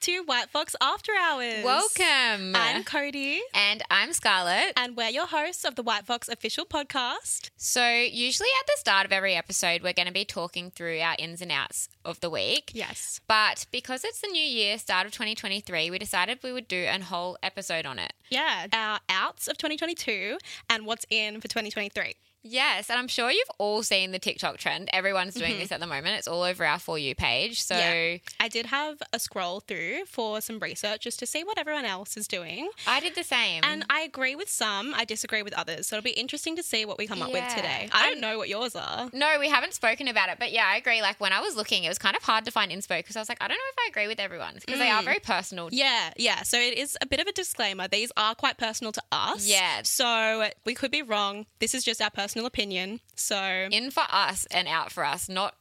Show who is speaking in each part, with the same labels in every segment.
Speaker 1: to White Fox After Hours.
Speaker 2: Welcome.
Speaker 1: I'm Cody.
Speaker 2: and I'm Scarlett.
Speaker 1: And we're your hosts of the White Fox official podcast.
Speaker 2: So, usually at the start of every episode, we're going to be talking through our ins and outs of the week.
Speaker 1: Yes.
Speaker 2: But because it's the new year, start of 2023, we decided we would do an whole episode on it.
Speaker 1: Yeah. Our outs of 2022 and what's in for 2023.
Speaker 2: Yes, and I'm sure you've all seen the TikTok trend. Everyone's doing this at the moment. It's all over our For You page. So,
Speaker 1: Mm-hmm. Yeah. I did have a scroll through for some research just to see what everyone else is doing.
Speaker 2: I did the same.
Speaker 1: And I agree with some, I disagree with others. So it'll be interesting to see what we come up with
Speaker 2: Yeah.
Speaker 1: today. I don't
Speaker 2: And-
Speaker 1: know what yours are.
Speaker 2: No, we haven't spoken about it, but yeah, I agree. Like when I was looking, it was kind of hard to find inspo because I was like, I don't know if I agree with everyone because they
Speaker 1: Mm.
Speaker 2: are very personal.
Speaker 1: Yeah, yeah. So it is a bit of a disclaimer. These are quite personal to us.
Speaker 2: Yeah.
Speaker 1: So we could be wrong. This is just our personal opinion. So
Speaker 2: In for us and out for us, not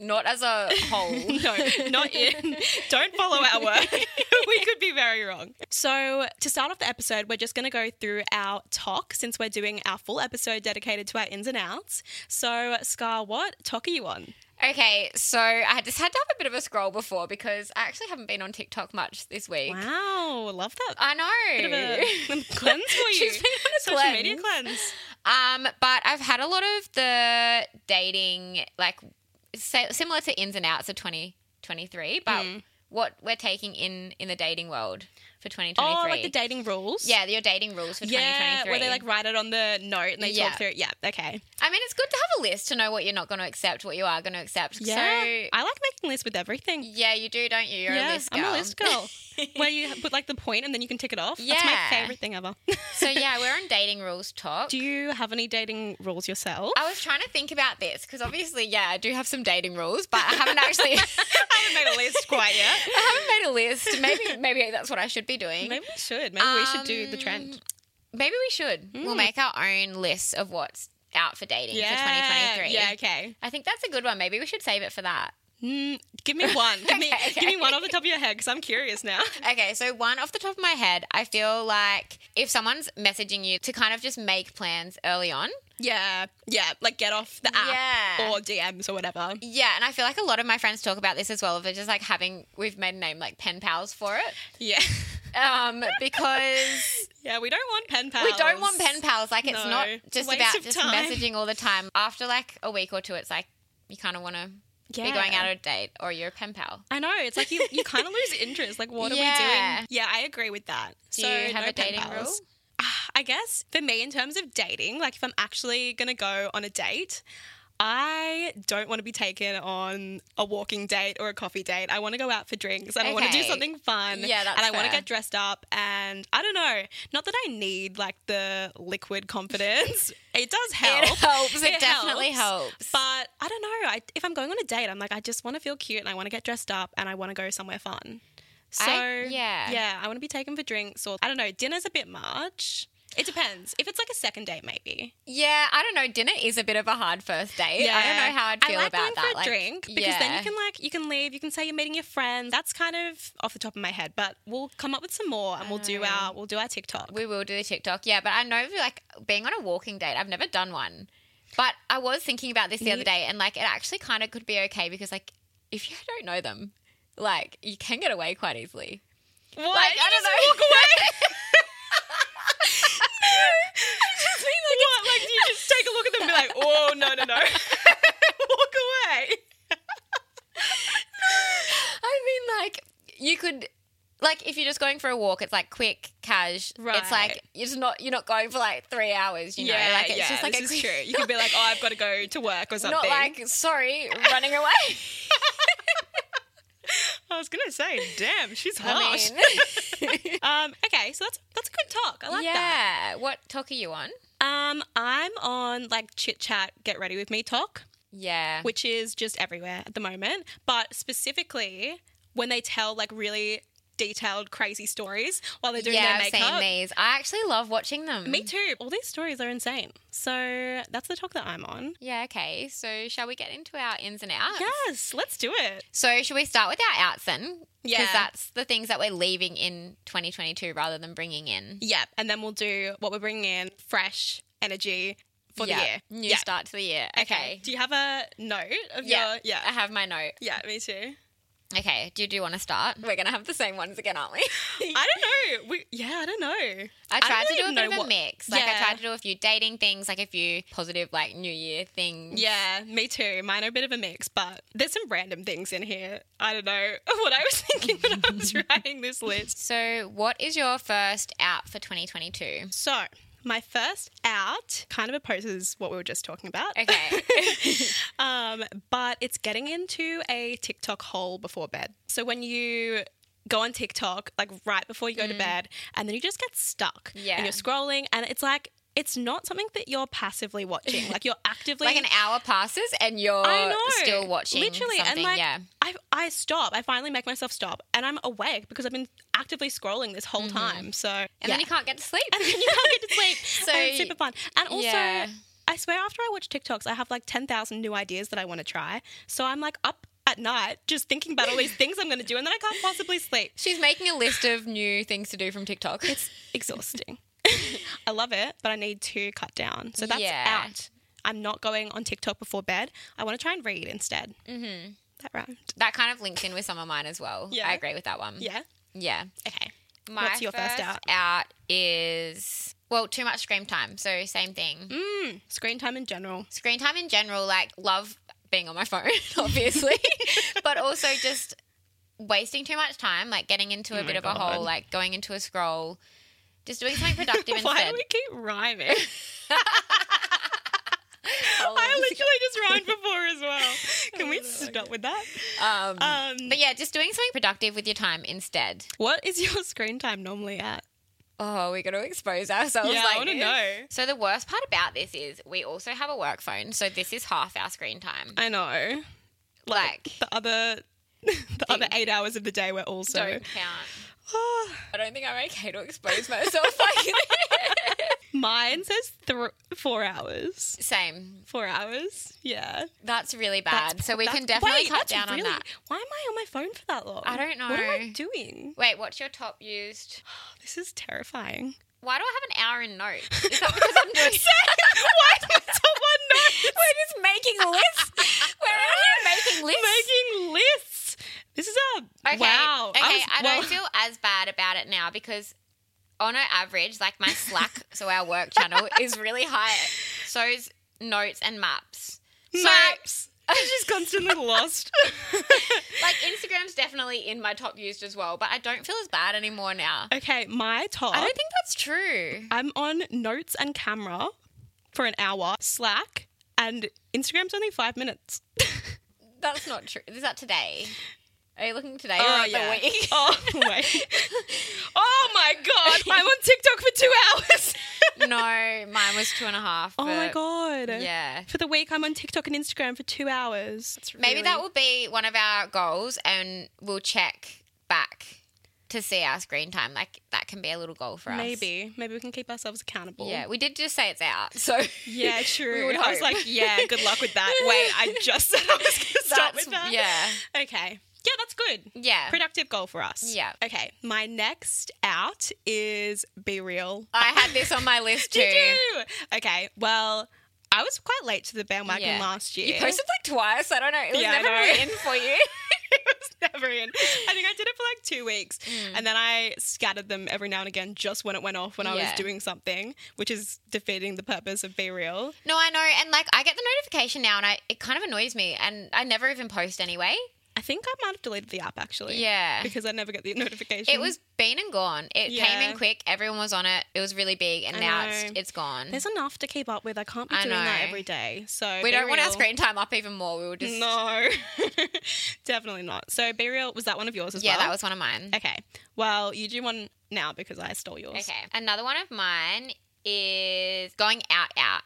Speaker 2: not as a whole.
Speaker 1: no, not in. Don't follow our work. we could be very wrong. So to start off the episode, we're just going to go through our talk since we're doing our full episode dedicated to our ins and outs. So Scar, what talk are you on?
Speaker 2: okay, so I just had to have a bit of a scroll before because I actually haven't been on TikTok much this week.
Speaker 1: Wow, love that.
Speaker 2: I know.
Speaker 1: Bit of a cleanse for you.
Speaker 2: Oh. She's been on a
Speaker 1: Social
Speaker 2: cleanse.
Speaker 1: media cleanse.
Speaker 2: Um, but I've had a lot of the dating, like sa- similar to ins and outs of twenty twenty three, but
Speaker 1: Hmm.
Speaker 2: what we're taking in in the dating world for twenty twenty
Speaker 1: Oh,
Speaker 2: three.
Speaker 1: like the dating rules.
Speaker 2: yeah, your dating rules for
Speaker 1: Yeah,
Speaker 2: 2023.
Speaker 1: where they like write it on the note and they
Speaker 2: Yeah.
Speaker 1: talk through it. Yeah, okay.
Speaker 2: I mean, it's good to have a list to know what you're not going to accept, what you are going to accept.
Speaker 1: Yeah,
Speaker 2: So,
Speaker 1: I like making lists with everything.
Speaker 2: yeah, you do, don't you? You're
Speaker 1: yeah,
Speaker 2: a list
Speaker 1: I'm
Speaker 2: girl.
Speaker 1: a list girl. where you put like the point and then you can tick it off. That's my
Speaker 2: Yeah.
Speaker 1: favorite thing ever.
Speaker 2: so, yeah, we're on dating rules talk.
Speaker 1: Do you have any dating rules yourself?
Speaker 2: I was trying to think about this because obviously, yeah, I do have some dating rules, but I haven't actually.
Speaker 1: haven't made a list quite yet.
Speaker 2: I haven't made a list. Maybe, maybe that's what I should be doing. Um,
Speaker 1: Maybe we should. Maybe we should do the trend. Hmm.
Speaker 2: Maybe we should. We'll make our own list of what's out for dating for 2023.
Speaker 1: Yeah, okay.
Speaker 2: I think that's a good one. Maybe we should save it for that.
Speaker 1: Mm, give me one. Give, me,
Speaker 2: Okay,
Speaker 1: give me
Speaker 2: okay.
Speaker 1: one off the top of your head because I'm curious now.
Speaker 2: Okay, so one off the top of my head, I feel like if someone's messaging you to kind of just make plans early on.
Speaker 1: Yeah, yeah. Like get off the app
Speaker 2: Yeah.
Speaker 1: or DMs or whatever.
Speaker 2: Yeah, and I feel like a lot of my friends talk about this as well. Of it just like having, we've made a name like pen pals for it,
Speaker 1: Yeah.
Speaker 2: um, because
Speaker 1: Yeah, we don't want pen pals.
Speaker 2: we don't want pen pals. Like it's
Speaker 1: No,
Speaker 2: not
Speaker 1: it's a
Speaker 2: just
Speaker 1: waste
Speaker 2: about
Speaker 1: of
Speaker 2: just
Speaker 1: time.
Speaker 2: messaging all the time. After like a week or two, it's like you kind of want to be
Speaker 1: Yeah.
Speaker 2: going out on a date or you're a pen pal.
Speaker 1: I know. It's like you, you kind of lose interest. Like, what are we
Speaker 2: Yeah.
Speaker 1: doing? Yeah, I agree with that.
Speaker 2: Do you have
Speaker 1: no
Speaker 2: a dating
Speaker 1: pen pals.
Speaker 2: rule?
Speaker 1: Ah, I guess for me, in terms of dating, like if I'm actually going to go on a date, I don't want to be taken on a walking date or a coffee date. I want to go out for drinks and I want to do
Speaker 2: Okay.
Speaker 1: something fun.
Speaker 2: Yeah, that's
Speaker 1: And I want to
Speaker 2: fair.
Speaker 1: get dressed up. And I don't know, not that I need like the liquid confidence. it does help.
Speaker 2: It helps. It,
Speaker 1: It
Speaker 2: definitely helps.
Speaker 1: But I don't know. I, if I'm going on a date, I'm like, I just want to feel cute and I want to get dressed up and I want to go somewhere fun. So
Speaker 2: I- yeah.
Speaker 1: yeah, I want to be taken for drinks or I don't know. Dinner's a bit much. It depends. If it's like a second date, maybe.
Speaker 2: Yeah, I don't know. Dinner is a bit of a hard first date. I don't know how I'd feel
Speaker 1: I like
Speaker 2: about
Speaker 1: going
Speaker 2: that.
Speaker 1: For a drink because then you can like you can leave. You can say you're meeting your friends. That's kind of off the top of my head, but we'll come up with some more and we'll do
Speaker 2: know.
Speaker 1: our we'll do our TikTok.
Speaker 2: We will do the TikTok. Yeah, but I know like being on a walking date. I've never done one, but I was thinking about this the other day, and like it actually kind of could be okay because like if you don't know them, like you can get away quite easily.
Speaker 1: What?
Speaker 2: Like
Speaker 1: You
Speaker 2: I don't
Speaker 1: just
Speaker 2: know.
Speaker 1: walk What? Like, do you just take a look at them and be like, oh, no, no, no. Walk away.
Speaker 2: I mean, like you could. Like if you're just going for a walk, it's like quick, cash. It's
Speaker 1: Right.
Speaker 2: like it's not you're not going for like three hours. You know, like it's just like
Speaker 1: this
Speaker 2: a
Speaker 1: is
Speaker 2: quick-
Speaker 1: true. You could be like, oh, I've got to go to work or something.
Speaker 2: Not like sorry, running away.
Speaker 1: I was going to say, damn, she's
Speaker 2: I
Speaker 1: harsh.
Speaker 2: mean,
Speaker 1: um, okay, so that's that's a good talk. I like
Speaker 2: yeah.
Speaker 1: that.
Speaker 2: What talk are you on?
Speaker 1: Um, I'm on like chit chat, get ready with me talk.
Speaker 2: Yeah.
Speaker 1: which is just everywhere at the moment. But specifically, when they tell like really detailed, crazy stories while they're doing
Speaker 2: yeah,
Speaker 1: their
Speaker 2: I've seen
Speaker 1: makeup.
Speaker 2: these. I actually love watching them.
Speaker 1: Me too. All these stories are insane. So that's the talk that I'm on.
Speaker 2: Yeah. Okay. So shall we get into our ins and outs?
Speaker 1: Yes, let's do it.
Speaker 2: So should we start with our outs then?
Speaker 1: Yeah.
Speaker 2: Because that's the things that we're leaving in 2022 rather than bringing in
Speaker 1: Yeah, and then we'll do what we're bringing in fresh energy for
Speaker 2: Yeah.
Speaker 1: the year.
Speaker 2: New
Speaker 1: yeah.
Speaker 2: start to the year.
Speaker 1: Do you have a note of
Speaker 2: Yeah. Uh-huh.
Speaker 1: your? Yeah.
Speaker 2: I have my note.
Speaker 1: Yeah, me too.
Speaker 2: Okay, do you, do you want to start? We're going to have the same ones again, aren't we?
Speaker 1: I don't know. We, yeah, I don't know.
Speaker 2: I
Speaker 1: don't
Speaker 2: tried
Speaker 1: really
Speaker 2: to do a
Speaker 1: know
Speaker 2: bit of a
Speaker 1: what-
Speaker 2: mix. Like I
Speaker 1: Yeah.
Speaker 2: tried to do a few dating things, like a few positive like New Year things.
Speaker 1: Yeah, me too. Mine are a bit of a mix, but there's some random things in here. I don't know what I was thinking when I was writing this list.
Speaker 2: So, what is your first out for 2022?
Speaker 1: So, my first out kind of opposes what we were just talking about.
Speaker 2: Okay.
Speaker 1: Um, but it's getting into a TikTok hole before bed. So when you go on TikTok, like right before you go to bed, and then you just get stuck.
Speaker 2: Mm. Yeah.
Speaker 1: And you're scrolling, and it's like, it's not something that you're passively watching. Like you're actively.
Speaker 2: like an hour passes and you're
Speaker 1: I know.
Speaker 2: still watching
Speaker 1: Literally.
Speaker 2: something.
Speaker 1: And like,
Speaker 2: yeah.
Speaker 1: I, I stop. I finally make myself stop, and I'm awake because I've been actively scrolling this whole
Speaker 2: Mm-hmm.
Speaker 1: time. So. And
Speaker 2: And then you can't get to sleep.
Speaker 1: and then you can't get to sleep.
Speaker 2: So
Speaker 1: and it's super fun. And also,
Speaker 2: yeah.
Speaker 1: I swear, after I watch TikToks, I have like ten thousand new ideas that I want to try. So I'm like up at night just thinking about all these things I'm going to do, and then I can't possibly sleep.
Speaker 2: She's making a list of new things to do from TikTok.
Speaker 1: It's exhausting. I love it, but I need to cut down. So that's
Speaker 2: Yeah.
Speaker 1: out. I'm not going on TikTok before bed. I want to try and read instead. Mm-hmm. That rhymed.
Speaker 2: that kind of links in with some of mine as well.
Speaker 1: Yeah.
Speaker 2: I agree with that one.
Speaker 1: Yeah.
Speaker 2: Yeah.
Speaker 1: Okay.
Speaker 2: My
Speaker 1: What's your first out?
Speaker 2: out is well, too much screen time. So same thing.
Speaker 1: Mm, screen time in general.
Speaker 2: Screen time in general, like love being on my phone, obviously, but also just wasting too much time, like getting into a
Speaker 1: my
Speaker 2: bit of a
Speaker 1: God.
Speaker 2: hole, like going into a scroll, just doing something productive
Speaker 1: Why
Speaker 2: instead.
Speaker 1: do we keep rhyming?
Speaker 2: Hold
Speaker 1: I
Speaker 2: on.
Speaker 1: literally just rhymed before as well. Can
Speaker 2: Oh
Speaker 1: we stop with that?
Speaker 2: Um,
Speaker 1: Um,
Speaker 2: but yeah, just doing something productive with your time instead.
Speaker 1: what is your screen time normally at?
Speaker 2: Oh, we're going to expose ourselves.
Speaker 1: Yeah, I
Speaker 2: like
Speaker 1: wanna
Speaker 2: this.
Speaker 1: know.
Speaker 2: So the worst part about this is we also have a work phone, so this is half our screen time.
Speaker 1: I know.
Speaker 2: Like,
Speaker 1: The other the other eight hours of the day we're also
Speaker 2: don't count.
Speaker 1: Ah,
Speaker 2: I don't think I'm okay to expose myself like this.
Speaker 1: mine says thr four hours.
Speaker 2: Same.
Speaker 1: Four hours. Yeah.
Speaker 2: That's really bad. so we
Speaker 1: That's-
Speaker 2: can definitely
Speaker 1: wait,
Speaker 2: cut
Speaker 1: that's
Speaker 2: down
Speaker 1: really-
Speaker 2: on that.
Speaker 1: Why am I on my phone for that long?
Speaker 2: I don't
Speaker 1: What am I
Speaker 2: know.
Speaker 1: doing?
Speaker 2: Wait, what's your top used?
Speaker 1: This is terrifying.
Speaker 2: Why do I have an hour in notes? Is that because I'm doing
Speaker 1: Why is it one note?
Speaker 2: We're just making lists. We're out here making lists.
Speaker 1: Making lists. This is a
Speaker 2: Okay.
Speaker 1: wow.
Speaker 2: Okay, I,
Speaker 1: was-
Speaker 2: don't
Speaker 1: well-
Speaker 2: feel as bad about it now because on an average, like my Slack, so our work channel is really high. So's notes and maps. So
Speaker 1: Maps. I'm just constantly lost.
Speaker 2: like Instagram's definitely in my top used as well, but I don't feel as bad anymore now.
Speaker 1: okay, my top.
Speaker 2: I don't think that's true.
Speaker 1: I'm on notes and camera for an hour, Slack, and Instagram's only five minutes.
Speaker 2: That's not true. Is that today? Are you looking today or at the week?
Speaker 1: oh, wait. Oh my God. I'm on TikTok for two hours.
Speaker 2: no, mine was two and a half.
Speaker 1: oh my
Speaker 2: but
Speaker 1: God.
Speaker 2: Yeah.
Speaker 1: For the week, I'm on TikTok and Instagram for two hours. That's
Speaker 2: Maybe that
Speaker 1: really-
Speaker 2: will be one of our goals, and we'll check back to see our screen time. Like that can be a little goal for us.
Speaker 1: Maybe. Maybe we can keep ourselves accountable.
Speaker 2: Yeah, we did just say it's out, so
Speaker 1: Yeah, true.
Speaker 2: would
Speaker 1: I was
Speaker 2: hope.
Speaker 1: like, yeah, good luck with that. Wait, I just said I was going to stop
Speaker 2: that's
Speaker 1: with that.
Speaker 2: yeah,
Speaker 1: Okay. Yeah, that's good.
Speaker 2: yeah.
Speaker 1: productive goal for us.
Speaker 2: Yeah.
Speaker 1: Okay. My next out is be real.
Speaker 2: I had this on my list too.
Speaker 1: Did you? Okay. Well, I was quite late to the bandwagon
Speaker 2: Yeah.
Speaker 1: last year.
Speaker 2: You posted like twice. I don't know. It was
Speaker 1: Yeah, I
Speaker 2: never
Speaker 1: know.
Speaker 2: really in for you.
Speaker 1: it was never in. I think I did it for like two weeks,
Speaker 2: Mm.
Speaker 1: and then I scattered them every now and again, just when it went off when I was
Speaker 2: Yeah.
Speaker 1: doing something, which is defeating the purpose of be real.
Speaker 2: No, I know, and like I get the notification now, and I it kind of annoys me, and I never even post anyway.
Speaker 1: I think I might have deleted the app actually.
Speaker 2: Yeah.
Speaker 1: Because I never get the notification.
Speaker 2: It was been and gone. It came
Speaker 1: Yeah.
Speaker 2: in quick. Everyone was on it. It was really big, and
Speaker 1: I
Speaker 2: now it's
Speaker 1: know.
Speaker 2: it's gone.
Speaker 1: There's enough to keep up with. I can't be
Speaker 2: I
Speaker 1: doing that
Speaker 2: know.
Speaker 1: every day. So
Speaker 2: we
Speaker 1: Be
Speaker 2: don't want our
Speaker 1: Real-
Speaker 2: screen time up even more. We will just
Speaker 1: No, definitely not. So, Be Real, was that one of yours as
Speaker 2: yeah.
Speaker 1: well?
Speaker 2: That was one of mine.
Speaker 1: Okay. Well, you do one now because I stole yours.
Speaker 2: Okay, another one of mine is going out out.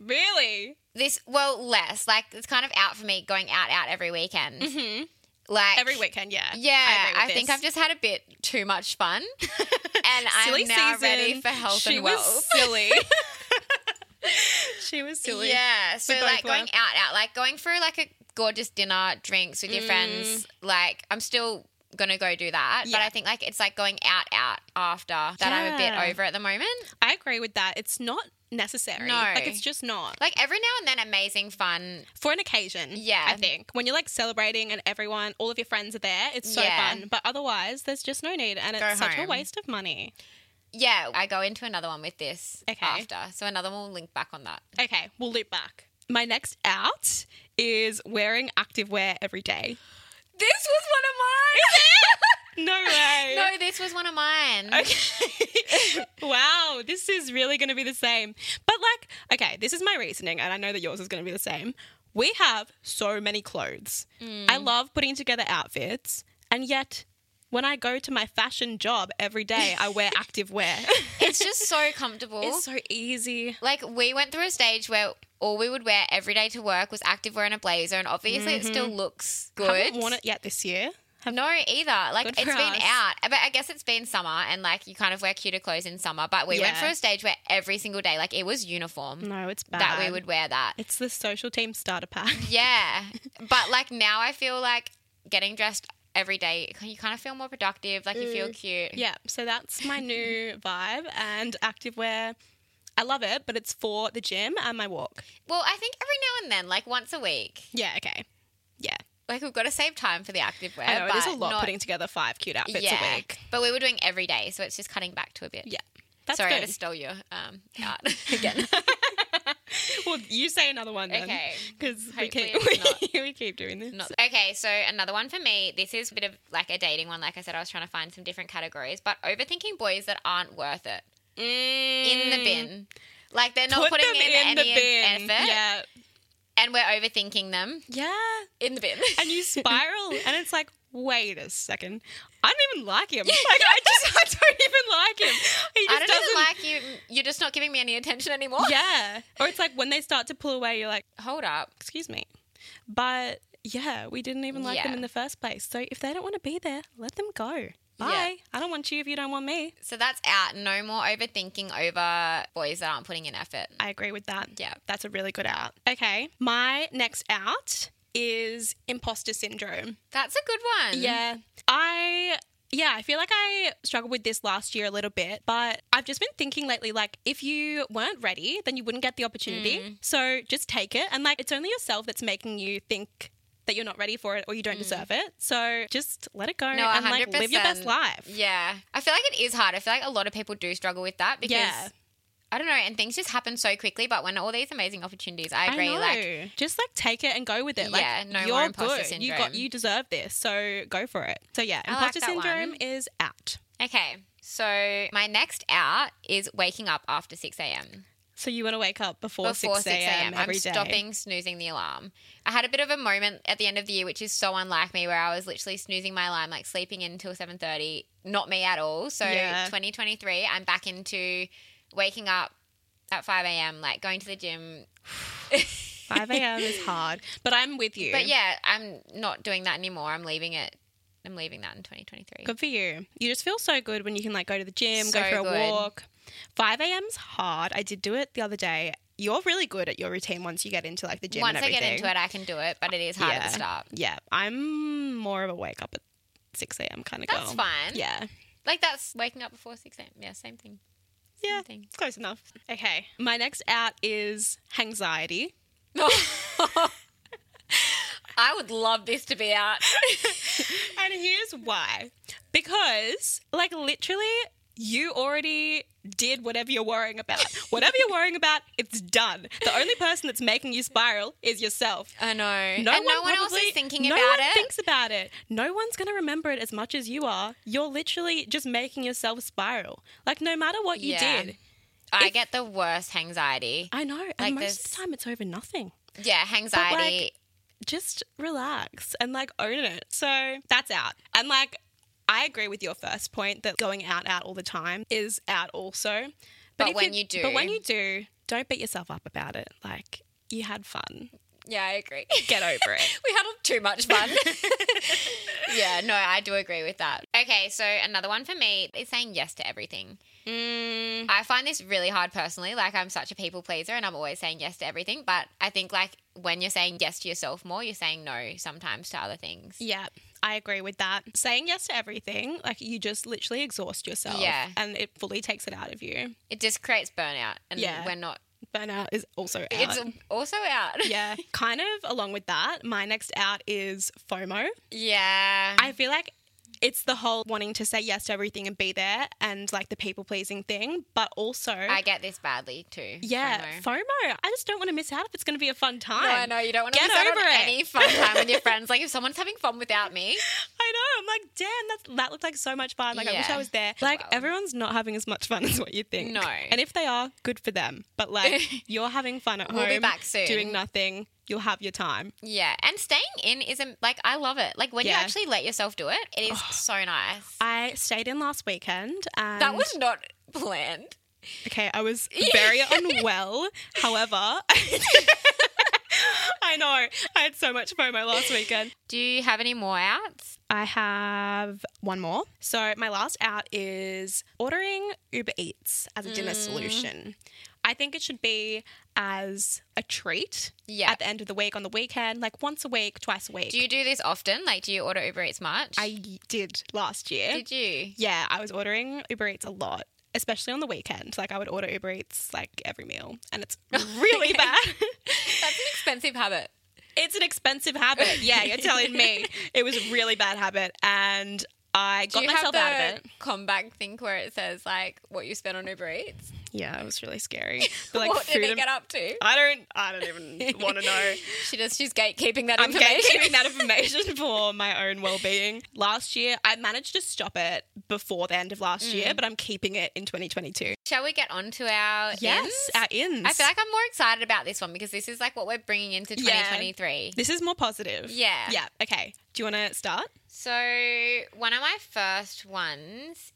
Speaker 1: Really?
Speaker 2: This well less like it's kind of out for me going out out every weekend.
Speaker 1: hmm
Speaker 2: Like
Speaker 1: Every weekend, yeah.
Speaker 2: Mm-hmm. Yeah,
Speaker 1: I agree
Speaker 2: I,
Speaker 1: with
Speaker 2: think
Speaker 1: this.
Speaker 2: I've just had a bit too much fun, and I'm
Speaker 1: Silly
Speaker 2: now
Speaker 1: season.
Speaker 2: ready for health
Speaker 1: she
Speaker 2: and
Speaker 1: was
Speaker 2: wealth.
Speaker 1: silly. she was silly.
Speaker 2: Yeah. So
Speaker 1: both
Speaker 2: like
Speaker 1: were.
Speaker 2: going out, out, like going for like a gorgeous dinner, drinks with your friends. Like I'm still gonna go do that, but
Speaker 1: Mm. Yeah.
Speaker 2: I think like it's like going out, out after that. I'm a
Speaker 1: Yeah.
Speaker 2: bit over at the moment.
Speaker 1: I agree with that. It's not necessary.
Speaker 2: No.
Speaker 1: Like it's just not.
Speaker 2: Like every now and then, amazing fun.
Speaker 1: For an occasion,
Speaker 2: Yeah.
Speaker 1: I think. When you're like celebrating and everyone, all of your friends are there, it's so
Speaker 2: Yeah.
Speaker 1: fun. But otherwise, there's just no need and it's
Speaker 2: Go
Speaker 1: such a
Speaker 2: home.
Speaker 1: waste of money.
Speaker 2: Yeah, I go into another one with this
Speaker 1: Okay.
Speaker 2: after. So another one will link back on that.
Speaker 1: Okay, we'll loop back. My next out is wearing activewear every day.
Speaker 2: This was
Speaker 1: No way.
Speaker 2: one of mine. no, this was one of mine.
Speaker 1: Okay. wow, this is really going to be the same. But like, okay, this is my reasoning, and I know that yours is going to be the same. We have so many clothes.
Speaker 2: Hmm.
Speaker 1: I love putting together outfits, and yet when I go to my fashion job every day, I wear active wear.
Speaker 2: It's just so comfortable.
Speaker 1: it's so easy.
Speaker 2: like we went through a stage where all we would wear every day to work was activewear and a blazer, and obviously it still looks good.
Speaker 1: Mm-hmm. Haven't worn it yet this year.
Speaker 2: No, either. Like
Speaker 1: Good
Speaker 2: it's
Speaker 1: for
Speaker 2: been
Speaker 1: us.
Speaker 2: out, but I guess it's been summer, and like you kind of wear cuter clothes in summer. But we went
Speaker 1: Yeah.
Speaker 2: for a stage where every single day, like it was uniform
Speaker 1: No, it's Mm, bad.
Speaker 2: that we would wear that.
Speaker 1: It's the social team starter pack.
Speaker 2: Yeah, but like now I feel like getting dressed every day, you kind of feel more productive. Like you feel cute.
Speaker 1: Mm. Yeah, so that's my new vibe and activewear. I love it, but it's for the gym and my walk.
Speaker 2: Well, I think every now and then, like once a week,
Speaker 1: Yeah, okay. Yeah.
Speaker 2: like we've got to save time for the activewear.
Speaker 1: I know it
Speaker 2: but
Speaker 1: is a lot
Speaker 2: not-
Speaker 1: putting together five cute outfits a week.
Speaker 2: But we were doing every day, so it's just cutting back to a bit.
Speaker 1: Yeah. That's
Speaker 2: Sorry, I
Speaker 1: good.
Speaker 2: just stole your um, out again.
Speaker 1: well, you say another one then.
Speaker 2: Okay.
Speaker 1: Because we
Speaker 2: Hopefully
Speaker 1: keep,
Speaker 2: it's
Speaker 1: we, keep doing this.
Speaker 2: Not- okay, so another one for me. This is a bit of like a dating one. Like I said, I was trying to find some different categories, but overthinking boys that aren't worth it in the bin. Like they're not
Speaker 1: Mm. Put
Speaker 2: putting
Speaker 1: them
Speaker 2: in,
Speaker 1: in, the
Speaker 2: any
Speaker 1: bin.
Speaker 2: effort,
Speaker 1: Yeah.
Speaker 2: and we're overthinking them
Speaker 1: Yeah.
Speaker 2: in the bin.
Speaker 1: and you spiral and it's like wait a second i don't even like him like i just i don't even like him he just
Speaker 2: I don't
Speaker 1: doesn't
Speaker 2: even like you. You're just not giving me any attention anymore.
Speaker 1: yeah or it's like when they start to pull away you're like
Speaker 2: Hold up.
Speaker 1: excuse me but yeah we didn't even like them
Speaker 2: Yeah.
Speaker 1: in the first place so if they don't want to be there let them go bye i don't want you if you don't want me
Speaker 2: So that's out. No more overthinking over boys that aren't putting in effort.
Speaker 1: i agree with that
Speaker 2: Yeah.
Speaker 1: that's a really good out okay my next out is imposter syndrome
Speaker 2: That's a good one.
Speaker 1: Yeah. I yeah, I feel like I struggled with this last year a little bit, but I've just been thinking lately like if you weren't ready, then you wouldn't get the opportunity.
Speaker 2: Mm.
Speaker 1: So just take it and like it's only yourself that's making you think that you're not ready for it or you don't deserve it. So just let it go
Speaker 2: Mm. No,
Speaker 1: and like live your best
Speaker 2: 100%.
Speaker 1: life.
Speaker 2: Yeah. I feel like it is hard. I feel like a lot of people do struggle with that because
Speaker 1: Yeah.
Speaker 2: I don't know, and things just happen so quickly, but when all these amazing opportunities, I agree like
Speaker 1: know. just like take it and go with it.
Speaker 2: Yeah,
Speaker 1: Like
Speaker 2: no
Speaker 1: you're
Speaker 2: more imposter
Speaker 1: good. You
Speaker 2: syndrome.
Speaker 1: got you deserve this. So go for it. So yeah,
Speaker 2: I like
Speaker 1: imposter
Speaker 2: that one.
Speaker 1: syndrome is out.
Speaker 2: Okay. So my next out is waking up after 6 a.m.
Speaker 1: So you want to wake up before,
Speaker 2: Before 6
Speaker 1: a.m.
Speaker 2: a.m. I'm
Speaker 1: every day.
Speaker 2: stopping snoozing the alarm. I had a bit of a moment at the end of the year, which is so unlike me, where I was literally snoozing my alarm, like sleeping in until 7.30. Not me at all. So
Speaker 1: Yeah.
Speaker 2: 2023, I'm back into waking up at 5 a.m., like going to the gym,
Speaker 1: 5 a.m. is hard, but I'm with you.
Speaker 2: But yeah, I'm not doing that anymore. I'm leaving it. I'm leaving that in 2023.
Speaker 1: good for you. You just feel so good when you can like go to the gym,
Speaker 2: So
Speaker 1: go for a
Speaker 2: good.
Speaker 1: walk. 5 a.m.'s hard. I did do it the other day. You're really good at your routine once you get into like the gym.
Speaker 2: Once
Speaker 1: and
Speaker 2: I
Speaker 1: everything.
Speaker 2: get into it, I can do it, but it is hard at the start.
Speaker 1: Yeah, I'm more of a wake up at 6 a.m. kind of girl.
Speaker 2: That's fine.
Speaker 1: Yeah,
Speaker 2: Like that's waking up before 6 a.m. Yeah, same thing.
Speaker 1: yeah,
Speaker 2: thing.
Speaker 1: it's close enough. Okay, my next out is anxiety.
Speaker 2: I would love this to be out.
Speaker 1: And here's why. Because, like, literally, you already did whatever you're worrying about. whatever you're worrying about, it's done. The only person that's making you spiral is yourself.
Speaker 2: I know. and no one else
Speaker 1: probably-
Speaker 2: is thinking
Speaker 1: no
Speaker 2: about
Speaker 1: one
Speaker 2: it.
Speaker 1: thinks about it. No one's going to remember it as much as you are. You're literally just making yourself spiral. Like, no matter what you
Speaker 2: Yeah.
Speaker 1: did,
Speaker 2: I get the worst anxiety.
Speaker 1: I know. And
Speaker 2: Like
Speaker 1: most
Speaker 2: this-
Speaker 1: of the time, it's over nothing.
Speaker 2: Yeah, anxiety.
Speaker 1: just relax and like own it. So that's out. And like, I agree with your first point that going out out all the time is out also.
Speaker 2: But
Speaker 1: if
Speaker 2: when you do-
Speaker 1: but when you do, don't beat yourself up about it. Like you had fun.
Speaker 2: Yeah, I agree.
Speaker 1: Get over it.
Speaker 2: we had too much fun. yeah, no, I do agree with that. Okay, so another one for me is saying yes to everything.
Speaker 1: Mm,
Speaker 2: I find this really hard personally. Like, I'm such a people pleaser and I'm always saying yes to everything. But I think, like, when you're saying yes to yourself more, you're saying no sometimes to other things.
Speaker 1: yeah, I agree with that. Saying yes to everything, like you just literally exhaust yourself.
Speaker 2: Yeah.
Speaker 1: And it fully takes it out of you.
Speaker 2: It just creates burnout. And
Speaker 1: Yeah.
Speaker 2: we're not,
Speaker 1: Burnout is also out.
Speaker 2: it's also out.
Speaker 1: yeah. Kind of along with that, my next out is FOMO.
Speaker 2: yeah.
Speaker 1: I feel like it's the whole wanting to say yes to everything and be there and like the people pleasing thing, but also
Speaker 2: I get this badly too.
Speaker 1: yeah,
Speaker 2: FOMO.
Speaker 1: FOMO. I just don't want to miss out if it's going to be a fun time.
Speaker 2: No, I know you don't want to
Speaker 1: Get
Speaker 2: miss out on
Speaker 1: over it.
Speaker 2: any fun time with your friends. Like if someone's having fun without me,
Speaker 1: I know. I'm like, damn, that's, that looked like so much fun. Like, I wish
Speaker 2: Yeah.
Speaker 1: I was there. Like,
Speaker 2: Wow.
Speaker 1: everyone's not having as much fun as what you think.
Speaker 2: No.
Speaker 1: And if they are, good for them. But like, you're having fun at
Speaker 2: We'll
Speaker 1: home.
Speaker 2: be back soon.
Speaker 1: Doing nothing. You'll have your time.
Speaker 2: yeah. And staying in isn't like I love it. Like when
Speaker 1: Yeah.
Speaker 2: you actually let yourself do it, it is so nice.
Speaker 1: I stayed in last weekend. And
Speaker 2: That was not planned.
Speaker 1: Okay, I was very unwell. However, I know. I had so much FOMO last weekend.
Speaker 2: Do you have any more outs?
Speaker 1: I have one more. So, my last out is ordering Uber Eats as a dinner
Speaker 2: Mm.
Speaker 1: solution. I think it should be as a treat
Speaker 2: Yeah.
Speaker 1: at the end of the week, on the weekend, like once a week, twice a week.
Speaker 2: Do you do this often? Like do you order Uber Eats much?
Speaker 1: I did last year.
Speaker 2: did you?
Speaker 1: Yeah, I was ordering Uber Eats a lot, especially on the weekend. Like, I would order Uber Eats like every meal, and it's really
Speaker 2: Okay.
Speaker 1: bad.
Speaker 2: That's an expensive habit.
Speaker 1: It's an expensive habit. Yeah, you're telling me. It was a really bad habit and I
Speaker 2: Do
Speaker 1: got
Speaker 2: you have
Speaker 1: myself
Speaker 2: the
Speaker 1: out of it.
Speaker 2: comeback thing where it says like what you spent on Uber Eats?
Speaker 1: Yeah, it was really scary. But like
Speaker 2: what
Speaker 1: food
Speaker 2: did it
Speaker 1: and-
Speaker 2: get up to?
Speaker 1: I don't I don't even want to know.
Speaker 2: She just she's gatekeeping that
Speaker 1: I'm
Speaker 2: information.
Speaker 1: gatekeeping that information for my own well-being. Last year, I managed to stop it before the end of last
Speaker 2: Mm.
Speaker 1: year, but I'm keeping it in 2022.
Speaker 2: Shall we get on to our
Speaker 1: Yes, our ins.
Speaker 2: I feel like I'm more excited about this one because this is like what we're bringing into
Speaker 1: Yeah.
Speaker 2: 2023.
Speaker 1: this is more positive.
Speaker 2: Yeah.
Speaker 1: Yeah. Okay. Do you want to start?
Speaker 2: So, one of my first ones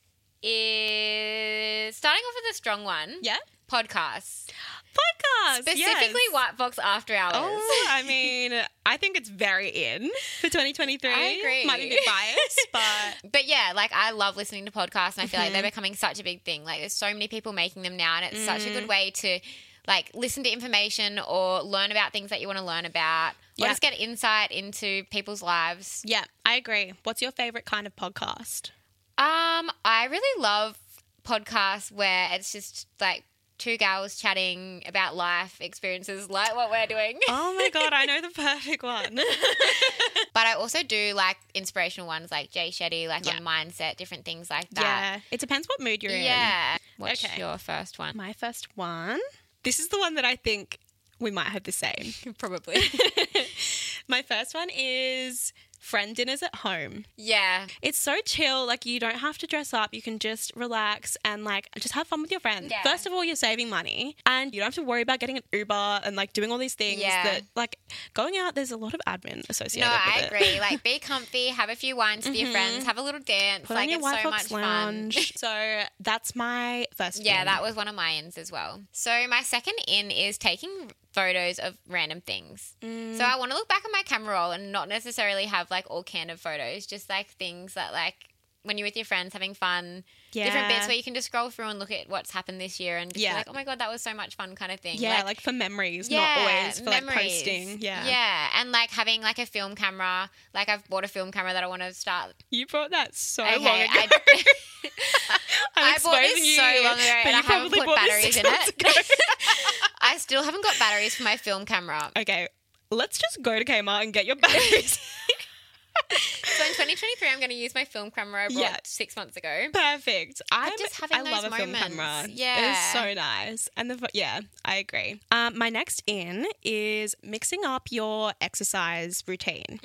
Speaker 2: is starting off with a strong one
Speaker 1: Yeah.
Speaker 2: podcasts,
Speaker 1: Podcast.
Speaker 2: specifically White Box After Hours.
Speaker 1: Oh, I mean, I think it's very in for 2023.
Speaker 2: I agree.
Speaker 1: Might be a bit biased, but
Speaker 2: But yeah, like I love listening to podcasts and I feel like
Speaker 1: Mm-hmm.
Speaker 2: they're becoming such a big thing. Like there's so many people making them now and it's such a
Speaker 1: Mm-hmm.
Speaker 2: good way to like listen to information or learn about things that you want to learn about
Speaker 1: Yeah.
Speaker 2: or just get insight into people's lives.
Speaker 1: yeah, I agree. What's your favorite kind of podcast?
Speaker 2: Um, I really love podcasts where it's just like two girls chatting about life experiences, like what we're doing.
Speaker 1: Oh my god, I know the perfect one.
Speaker 2: but I also do like inspirational ones, like Jay Shetty, like
Speaker 1: Yeah.
Speaker 2: on mindset, different things like that.
Speaker 1: yeah, it depends what mood you're in.
Speaker 2: Yeah. What's
Speaker 1: Okay.
Speaker 2: your first one?
Speaker 1: My first one. This is the one that I think we might have the same.
Speaker 2: Probably.
Speaker 1: my first one is friend dinners at home.
Speaker 2: yeah.
Speaker 1: It's so chill. Like you don't have to dress up. You can just relax and like just have fun with your friends.
Speaker 2: Yeah.
Speaker 1: First of all, you're saving money and you don't have to worry about getting an Uber and like doing all these things
Speaker 2: Yeah.
Speaker 1: that like going out. There's a lot of admin associated.
Speaker 2: No, I
Speaker 1: with It. Mm-hmm.
Speaker 2: agree. Like, be comfy, have a few wines with your friends, have a little dance.
Speaker 1: Put on
Speaker 2: like,
Speaker 1: your
Speaker 2: it's so
Speaker 1: Whitefox
Speaker 2: much fun.
Speaker 1: lounge. so that's my first.
Speaker 2: Yeah,
Speaker 1: one.
Speaker 2: that was one of my ins as well. So my second in is taking photos of random things.
Speaker 1: Mm,
Speaker 2: So I want to look back at my camera roll and not necessarily have like all candid photos, just like things that like when you're with your friends having fun, different
Speaker 1: Yeah.
Speaker 2: bits where you can just scroll through and look at what's happened this year and just be
Speaker 1: Yeah.
Speaker 2: like, oh my god, that was so much fun, kind of thing.
Speaker 1: Yeah, like, for memories, not always for like
Speaker 2: memories.
Speaker 1: posting. Yeah.
Speaker 2: yeah, and like having like a film camera. Like I've bought a film camera that I want to start.
Speaker 1: you brought that so
Speaker 2: Okay,
Speaker 1: Oh, long ago.
Speaker 2: I- I bought this
Speaker 1: exposing you
Speaker 2: so
Speaker 1: here,
Speaker 2: long ago
Speaker 1: but you
Speaker 2: and I haven't
Speaker 1: probably
Speaker 2: put
Speaker 1: bought this
Speaker 2: batteries
Speaker 1: six
Speaker 2: in
Speaker 1: months
Speaker 2: it.
Speaker 1: ago.
Speaker 2: I still haven't got batteries for my film camera.
Speaker 1: okay, let's just go to Kmart and get your batteries.
Speaker 2: So in 2023, I'm going to use my film camera I bought
Speaker 1: Yeah.
Speaker 2: six months ago.
Speaker 1: Perfect. I'm
Speaker 2: just having
Speaker 1: I
Speaker 2: those
Speaker 1: love a film
Speaker 2: moments.
Speaker 1: camera.
Speaker 2: Yeah.
Speaker 1: it's so nice. And the pho- yeah, I agree. Um, my next in is mixing up your exercise routine.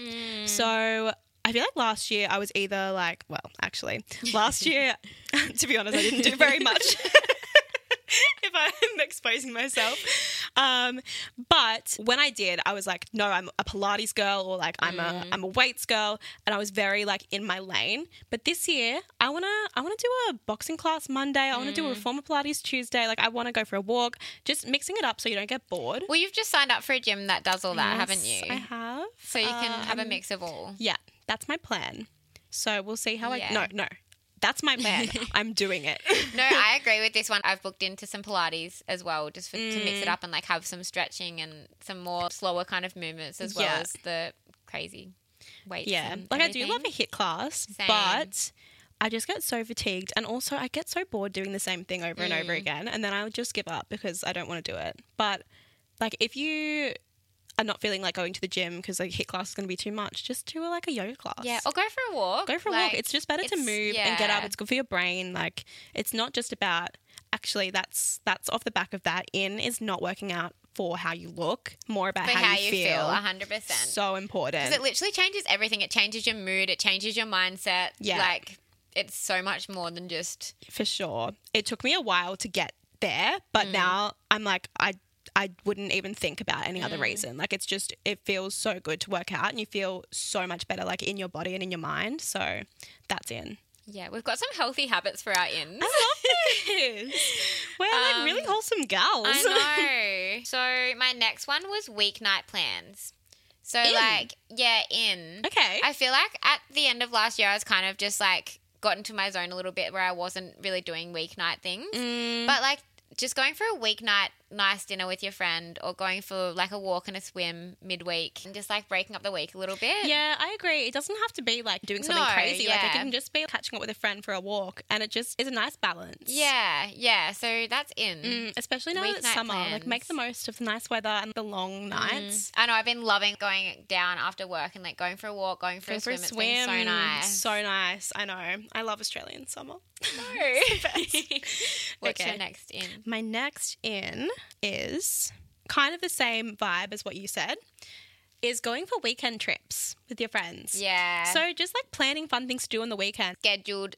Speaker 1: So. I feel like last year I was either like, well, actually, last year, to be honest, I didn't do very much. if I'm exposing myself, Um, but when I did, I was like, no, I'm a Pilates girl or like I'm a
Speaker 2: Mm.
Speaker 1: I'm a weights girl, and I was very like in my lane. But this year, I wanna I wanna do a boxing class Monday. I wanna do
Speaker 2: Mm.
Speaker 1: a reformer Pilates Tuesday. Like I wanna go for a walk, just mixing it up so you don't get bored.
Speaker 2: Well, you've just signed up for a gym that does all that, haven't
Speaker 1: Yes,
Speaker 2: you?
Speaker 1: I have.
Speaker 2: so you can have a
Speaker 1: Um,
Speaker 2: mix of all.
Speaker 1: Yeah, that's my plan. So we'll see how
Speaker 2: Yeah.
Speaker 1: I. No, no, that's my plan. I'm doing it.
Speaker 2: No, I agree with this one. I've booked into some Pilates as well, just for, to
Speaker 1: Mm.
Speaker 2: mix it up and like have some stretching and some more slower kind of movements as well
Speaker 1: Yeah.
Speaker 2: as the crazy weights.
Speaker 1: Yeah,
Speaker 2: and
Speaker 1: like I do love a
Speaker 2: everything.
Speaker 1: hit class,
Speaker 2: Same.
Speaker 1: but I just get so fatigued, and also I get so bored doing the same thing over and over
Speaker 2: Mm.
Speaker 1: again, and then I'll just give up because I don't want to do it. But like, if you are not feeling like going to the gym because like hit class is going to be too much, just do like a yoga class.
Speaker 2: Yeah, or go for a walk.
Speaker 1: go for a
Speaker 2: like,
Speaker 1: walk. It's just better to
Speaker 2: it's-
Speaker 1: move and get up.
Speaker 2: yeah.
Speaker 1: It's good for your brain. Like, it's not just about. Actually, that's that's off the back of that. In is not working out for how you look, more about
Speaker 2: for
Speaker 1: how, you feel.
Speaker 2: feel, hundred percent.
Speaker 1: So important.
Speaker 2: Because it literally changes everything. It changes your mood. It changes your mindset.
Speaker 1: Yeah.
Speaker 2: Like it's so much more than just
Speaker 1: for sure. It took me a while to get there,
Speaker 2: Mm.
Speaker 1: but now I'm like I I wouldn't even think about any
Speaker 2: Mm.
Speaker 1: other reason. Like it's just it feels so good to work out and you feel so much better like in your body and in your mind. So that's in.
Speaker 2: yeah. We've got some healthy habits for our ins.
Speaker 1: We're like really
Speaker 2: Um,
Speaker 1: wholesome gals.
Speaker 2: I know. so my next one was weeknight plans. So
Speaker 1: In.
Speaker 2: like yeah, in.
Speaker 1: okay.
Speaker 2: I feel like at the end of last year I was kind of just like got into my zone a little bit where I wasn't really doing weeknight things.
Speaker 1: Mm,
Speaker 2: But like just going for a weeknight nice dinner with your friend or going for like a walk and a swim midweek and just like breaking up the week a little bit.
Speaker 1: yeah, I agree. It doesn't have to be like doing something
Speaker 2: No,
Speaker 1: crazy. Like
Speaker 2: yeah.
Speaker 1: it can just be catching up with a friend for a walk and it just is a nice balance.
Speaker 2: Yeah, yeah. So that's in.
Speaker 1: Mm, especially now that it's
Speaker 2: Weeknight
Speaker 1: summer. Like make
Speaker 2: plans. Mm-hmm.
Speaker 1: the most of the nice weather and the long nights.
Speaker 2: I know I've been loving going down after work and like going for a walk, going for,
Speaker 1: Go
Speaker 2: a, swim. It's been so nice.
Speaker 1: So nice. I know. I love Australian summer.
Speaker 2: What's
Speaker 1: Okay.
Speaker 2: your next in?
Speaker 1: My next in is kind of the same vibe as what you said. Is going for weekend trips with your friends.
Speaker 2: Yeah.
Speaker 1: So just like planning fun things to do on the weekend.
Speaker 2: scheduled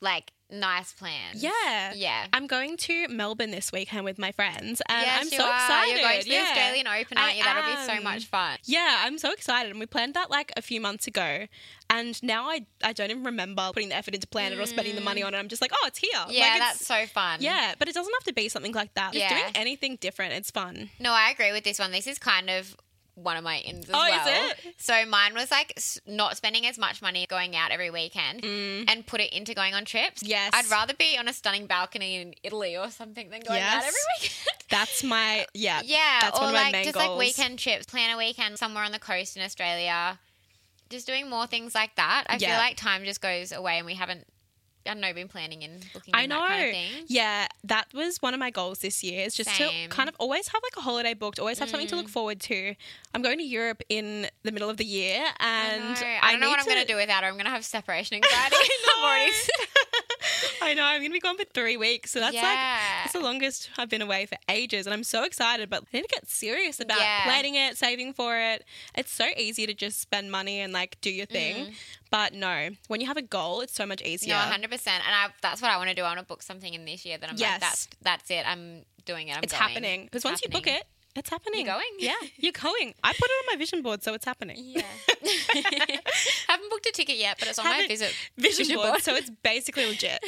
Speaker 2: like nice plans.
Speaker 1: Yeah.
Speaker 2: Yeah.
Speaker 1: I'm going to Melbourne this weekend with my friends, and
Speaker 2: Yes,
Speaker 1: I'm
Speaker 2: you
Speaker 1: so
Speaker 2: are.
Speaker 1: excited.
Speaker 2: You're going to the
Speaker 1: Yeah.
Speaker 2: Australian Open,
Speaker 1: I
Speaker 2: aren't you? That'll be so
Speaker 1: am.
Speaker 2: much fun.
Speaker 1: Yeah, I'm so excited. And we planned that like a few months ago. And now I, I don't even remember putting the effort into planning it or spending the money on it. I'm just like, oh, it's here. Like,
Speaker 2: Mm. Yeah,
Speaker 1: it's-
Speaker 2: that's so fun.
Speaker 1: Yeah, but it doesn't have to be something like that. Just
Speaker 2: Yeah.
Speaker 1: doing anything different, it's fun.
Speaker 2: No, I agree with this one. This is kind of one of my ins as
Speaker 1: Oh, is
Speaker 2: well.
Speaker 1: it?
Speaker 2: So mine was like s- not spending as much money going out every weekend and put it into going on trips.
Speaker 1: Mm. Yes.
Speaker 2: I'd rather be on a stunning balcony in Italy or something than going
Speaker 1: Yes.
Speaker 2: out every weekend.
Speaker 1: That's my yeah.
Speaker 2: yeah,
Speaker 1: Uh, that's
Speaker 2: or
Speaker 1: one of my
Speaker 2: like
Speaker 1: main
Speaker 2: just
Speaker 1: goals.
Speaker 2: like weekend trips, plan a weekend somewhere on the coast in Australia. Just doing more things like that. I
Speaker 1: Yeah.
Speaker 2: feel like time just goes away and we haven't I don't know, been planning and looking
Speaker 1: I
Speaker 2: in
Speaker 1: know.
Speaker 2: that kind of thing.
Speaker 1: Yeah, that was one of my goals this year. Is just
Speaker 2: Same. Mm.
Speaker 1: to kind of always have like a holiday booked, always have something to look forward to. I'm going to Europe in the middle of the year, and
Speaker 2: I, know. I don't know
Speaker 1: need
Speaker 2: what I'm
Speaker 1: to-
Speaker 2: going to do without her. I'm going to have separation anxiety. I'm already
Speaker 1: I know I'm going to be gone for three weeks, so that's like
Speaker 2: Yeah.
Speaker 1: it's the longest I've been away for ages, and I'm so excited. But I need to get serious about
Speaker 2: Yeah.
Speaker 1: planning it, saving for it. It's so easy to just spend money and like do your thing, but no, when you have a goal, it's so much easier.
Speaker 2: Mm. No, hundred percent. And I, that's what I want to do. I want to book something in this year that I'm
Speaker 1: Yes.
Speaker 2: like, that's that's it. I'm doing it. I'm
Speaker 1: it's
Speaker 2: going.
Speaker 1: happening because
Speaker 2: It's
Speaker 1: once you book
Speaker 2: happening.
Speaker 1: it, it's happening.
Speaker 2: You're going.
Speaker 1: Yeah, you're going. I put it on my vision board, so it's happening.
Speaker 2: Yeah. Haven't booked a ticket yet, but it's on my
Speaker 1: Haven't-
Speaker 2: visit.
Speaker 1: Vision,
Speaker 2: Vision
Speaker 1: board,
Speaker 2: board.
Speaker 1: so it's basically legit.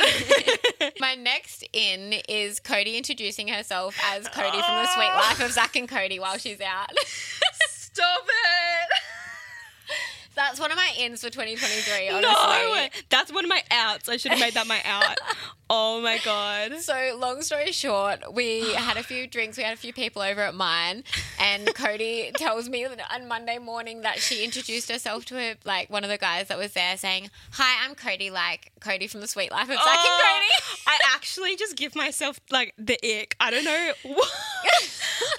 Speaker 2: My next in is Cody introducing herself as Cody from the Sweet
Speaker 1: Ah.
Speaker 2: Life of Zach and Cody while she's out.
Speaker 1: Stop
Speaker 2: That's one of my ins for 2023. Honestly.
Speaker 1: No, that's one of my outs. I should have made that my out. oh my god.
Speaker 2: So, long story short, we had a few drinks, we had a few people over at mine, and Cody tells me on Monday morning that she introduced herself to her, like one of the guys that was there, saying, Hi, I'm Cody, like Cody from The Sweet Life of Zach
Speaker 1: Oh,
Speaker 2: and Cody.
Speaker 1: I actually just give myself like the ick. I don't know. What,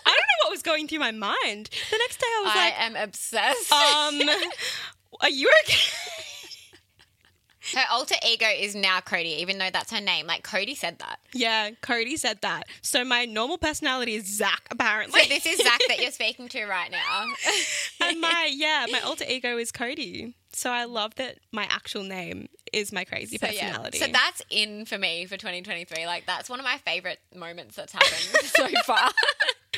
Speaker 1: I don't know what was going through my mind. The next day I was
Speaker 2: I am obsessed.
Speaker 1: like, um, are you okay?
Speaker 2: her alter ego is now Cody, even though that's her name. Like, Cody said that.
Speaker 1: Yeah, Cody said that. So my normal personality is Zach, apparently.
Speaker 2: So, this is Zach that you're speaking to right now.
Speaker 1: and my yeah, my alter ego is Cody. So I love that my actual name is my crazy
Speaker 2: So, yeah.
Speaker 1: personality.
Speaker 2: So, that's in for me for 2023. Like, that's one of my favorite moments that's happened so far.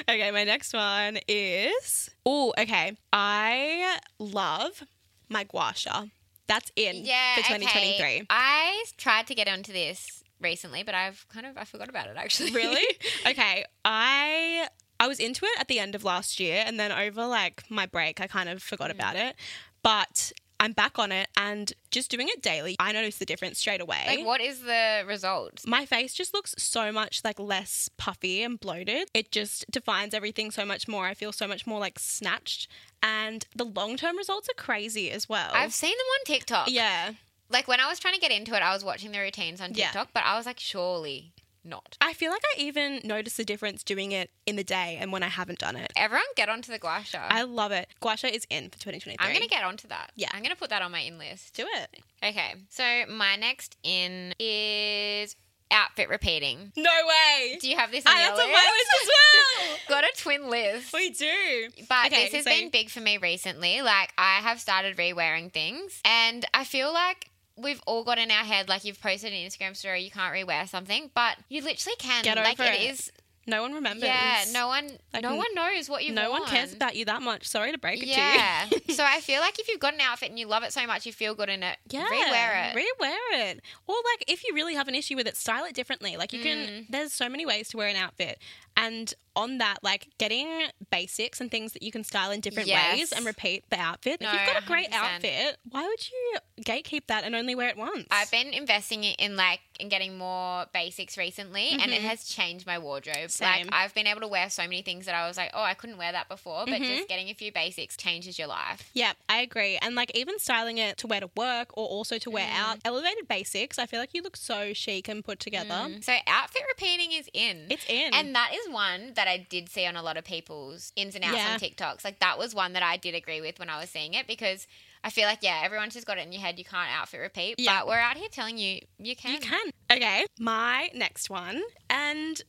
Speaker 1: Okay, my next one is oh, okay. I love my gua sha. That's in
Speaker 2: Yeah.
Speaker 1: for
Speaker 2: okay.
Speaker 1: 2023.
Speaker 2: I tried to get onto this recently, but I've kind of I forgot about it actually.
Speaker 1: Really? okay. I I was into it at the end of last year and then over like my break I kind of
Speaker 2: Mm.
Speaker 1: forgot about it. But I'm back on it and just doing it daily, I noticed the difference straight away.
Speaker 2: like what is the result?
Speaker 1: my face just looks so much like less puffy and bloated. It just defines everything so much more. I feel so much more like snatched and the long-term results are crazy as well.
Speaker 2: I've seen them on TikTok.
Speaker 1: yeah.
Speaker 2: Like when I was trying to get into it, I was watching the routines on
Speaker 1: Yeah.
Speaker 2: TikTok, but I was like, surely not.
Speaker 1: I feel like I even notice the difference doing it in the day and when I haven't done it.
Speaker 2: Everyone get onto the gua sha.
Speaker 1: I love it. Gua Sha is in for 2023.
Speaker 2: I'm gonna get onto that.
Speaker 1: Yeah.
Speaker 2: I'm gonna put that on my in list.
Speaker 1: do it.
Speaker 2: Okay. So my next in is outfit repeating.
Speaker 1: No way.
Speaker 2: Do you have this on
Speaker 1: I,
Speaker 2: your
Speaker 1: that's on
Speaker 2: list?
Speaker 1: my list as well.
Speaker 2: Got a twin list.
Speaker 1: we do.
Speaker 2: But
Speaker 1: Okay,
Speaker 2: this has
Speaker 1: so-
Speaker 2: been big for me recently. Like I have started re-wearing things and I feel like we've all got in our head like you've posted an Instagram story you can't re-wear something, but you literally can.
Speaker 1: Get
Speaker 2: like
Speaker 1: over it.
Speaker 2: it is
Speaker 1: No one remembers.
Speaker 2: yeah, no one
Speaker 1: Like,
Speaker 2: no
Speaker 1: n-
Speaker 2: one knows what you've
Speaker 1: No one
Speaker 2: worn.
Speaker 1: cares about you that much. Sorry to break it
Speaker 2: Yeah.
Speaker 1: to you.
Speaker 2: so I feel like if you've got an outfit and you love it so much you feel good in it,
Speaker 1: Yeah,
Speaker 2: re-wear it.
Speaker 1: Rewear it. Or like if you really have an issue with it, style it differently. Like you
Speaker 2: Mm.
Speaker 1: can there's so many ways to wear an outfit. And on that, like getting basics and things that you can style in different
Speaker 2: Yes.
Speaker 1: ways and repeat the outfit. if
Speaker 2: No,
Speaker 1: you've got a great
Speaker 2: 100%.
Speaker 1: outfit, why would you gatekeep that and only wear it once?
Speaker 2: I've been investing i- in like in getting more basics recently, and it has changed my wardrobe.
Speaker 1: Mm-hmm. Same.
Speaker 2: Like I've been able to wear so many things that I was like, oh, I couldn't wear that before. But
Speaker 1: Mm-hmm.
Speaker 2: just getting a few basics changes your life.
Speaker 1: Yeah, I agree. And like even styling it to wear to work or also to
Speaker 2: Mm.
Speaker 1: wear out, elevated basics, I feel like you look so chic and put together.
Speaker 2: So outfit repeating is in.
Speaker 1: It's in.
Speaker 2: Mm. and that is one that I did see on a lot of people's ins and outs
Speaker 1: Yeah.
Speaker 2: on TikToks. Like that was one that I did agree with when I was seeing it because I feel like yeah, everyone's just got it in your head. You can't outfit repeat,
Speaker 1: Yeah.
Speaker 2: but we're out here telling you you can.
Speaker 1: you can. Okay, my next one. And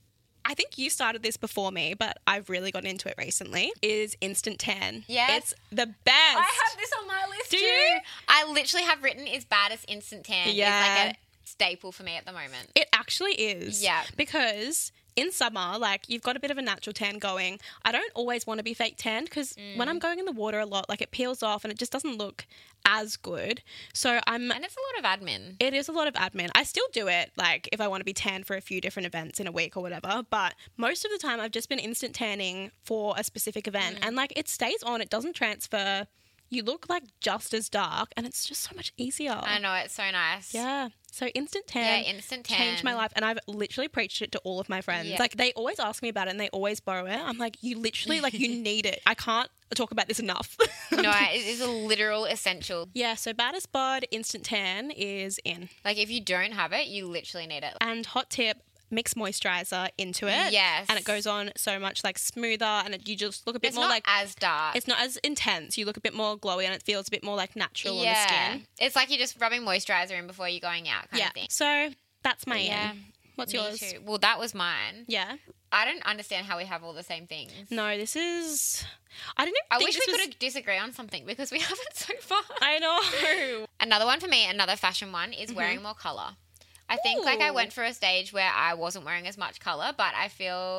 Speaker 1: I think you started this before me, but I've really gotten into it recently. Is instant tan.
Speaker 2: Yes.
Speaker 1: It's the best.
Speaker 2: I have this on my list
Speaker 1: Do
Speaker 2: too.
Speaker 1: you?
Speaker 2: I literally have written is bad as instant tan. It's
Speaker 1: Yeah.
Speaker 2: like a staple for me at the moment.
Speaker 1: It actually is.
Speaker 2: Yeah.
Speaker 1: Because in summer, like you've got a bit of a natural tan going. I don't always want to be fake tanned because when I'm going in the water a lot, like it peels off and it just doesn't look as good. So I'm
Speaker 2: And it's a lot of admin.
Speaker 1: it is a lot of admin. I still do it, like if I want to be tanned for a few different events in a week or whatever. But most of the time, I've just been instant tanning for a specific event, and like it stays on. It doesn't transfer. You look like just as dark, and it's just so much easier.
Speaker 2: I know, it's so nice.
Speaker 1: Yeah. So instant
Speaker 2: Yeah,
Speaker 1: tan.
Speaker 2: instant tan.
Speaker 1: Changed my life, and I've literally preached it to all of my friends.
Speaker 2: Yeah.
Speaker 1: Like they always ask me about it, and they always borrow it. I'm like, you literally like you need it. I can't talk about this enough.
Speaker 2: No, it is a literal essential.
Speaker 1: yeah. So baddest bod instant tan is in.
Speaker 2: Like if you don't have it, you literally need it.
Speaker 1: And hot tip, mix moisturizer into it.
Speaker 2: Yes.
Speaker 1: And it goes on so much like smoother and it, you just look a bit
Speaker 2: It's
Speaker 1: more
Speaker 2: not
Speaker 1: like
Speaker 2: as dark.
Speaker 1: it's not as intense. You look a bit more glowy and it feels a bit more like natural on the
Speaker 2: yeah.
Speaker 1: skin.
Speaker 2: It's like you're just rubbing moisturizer in before you're going out kind
Speaker 1: yeah.
Speaker 2: of thing.
Speaker 1: So that's my
Speaker 2: Yeah.
Speaker 1: in. What's
Speaker 2: Me
Speaker 1: yours?
Speaker 2: too. Well, that was mine.
Speaker 1: Yeah.
Speaker 2: I don't understand how we have all the same things.
Speaker 1: No, this is I didn't even
Speaker 2: I
Speaker 1: think
Speaker 2: wish
Speaker 1: this
Speaker 2: we
Speaker 1: was-
Speaker 2: could disagree on something because we haven't so far.
Speaker 1: I know.
Speaker 2: Another one for me, another fashion one, is wearing more color. I think like I
Speaker 1: Mm-hmm. Ooh.
Speaker 2: went for a stage where I wasn't wearing as much color, but I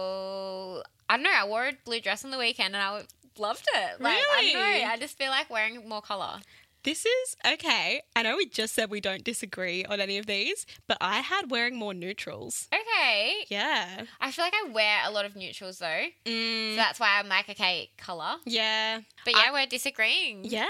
Speaker 2: feel I don't know. I wore a blue dress on the weekend and I loved it. Like I
Speaker 1: Really?
Speaker 2: don't know. I just feel like wearing more color.
Speaker 1: This is okay. I know we just said we don't disagree on any of these, but I had wearing more neutrals.
Speaker 2: Okay.
Speaker 1: Yeah.
Speaker 2: I feel like I wear a lot of neutrals though, so
Speaker 1: Mm,
Speaker 2: that's why I'm like okay, color.
Speaker 1: yeah.
Speaker 2: But yeah, we're disagreeing.
Speaker 1: Yeah.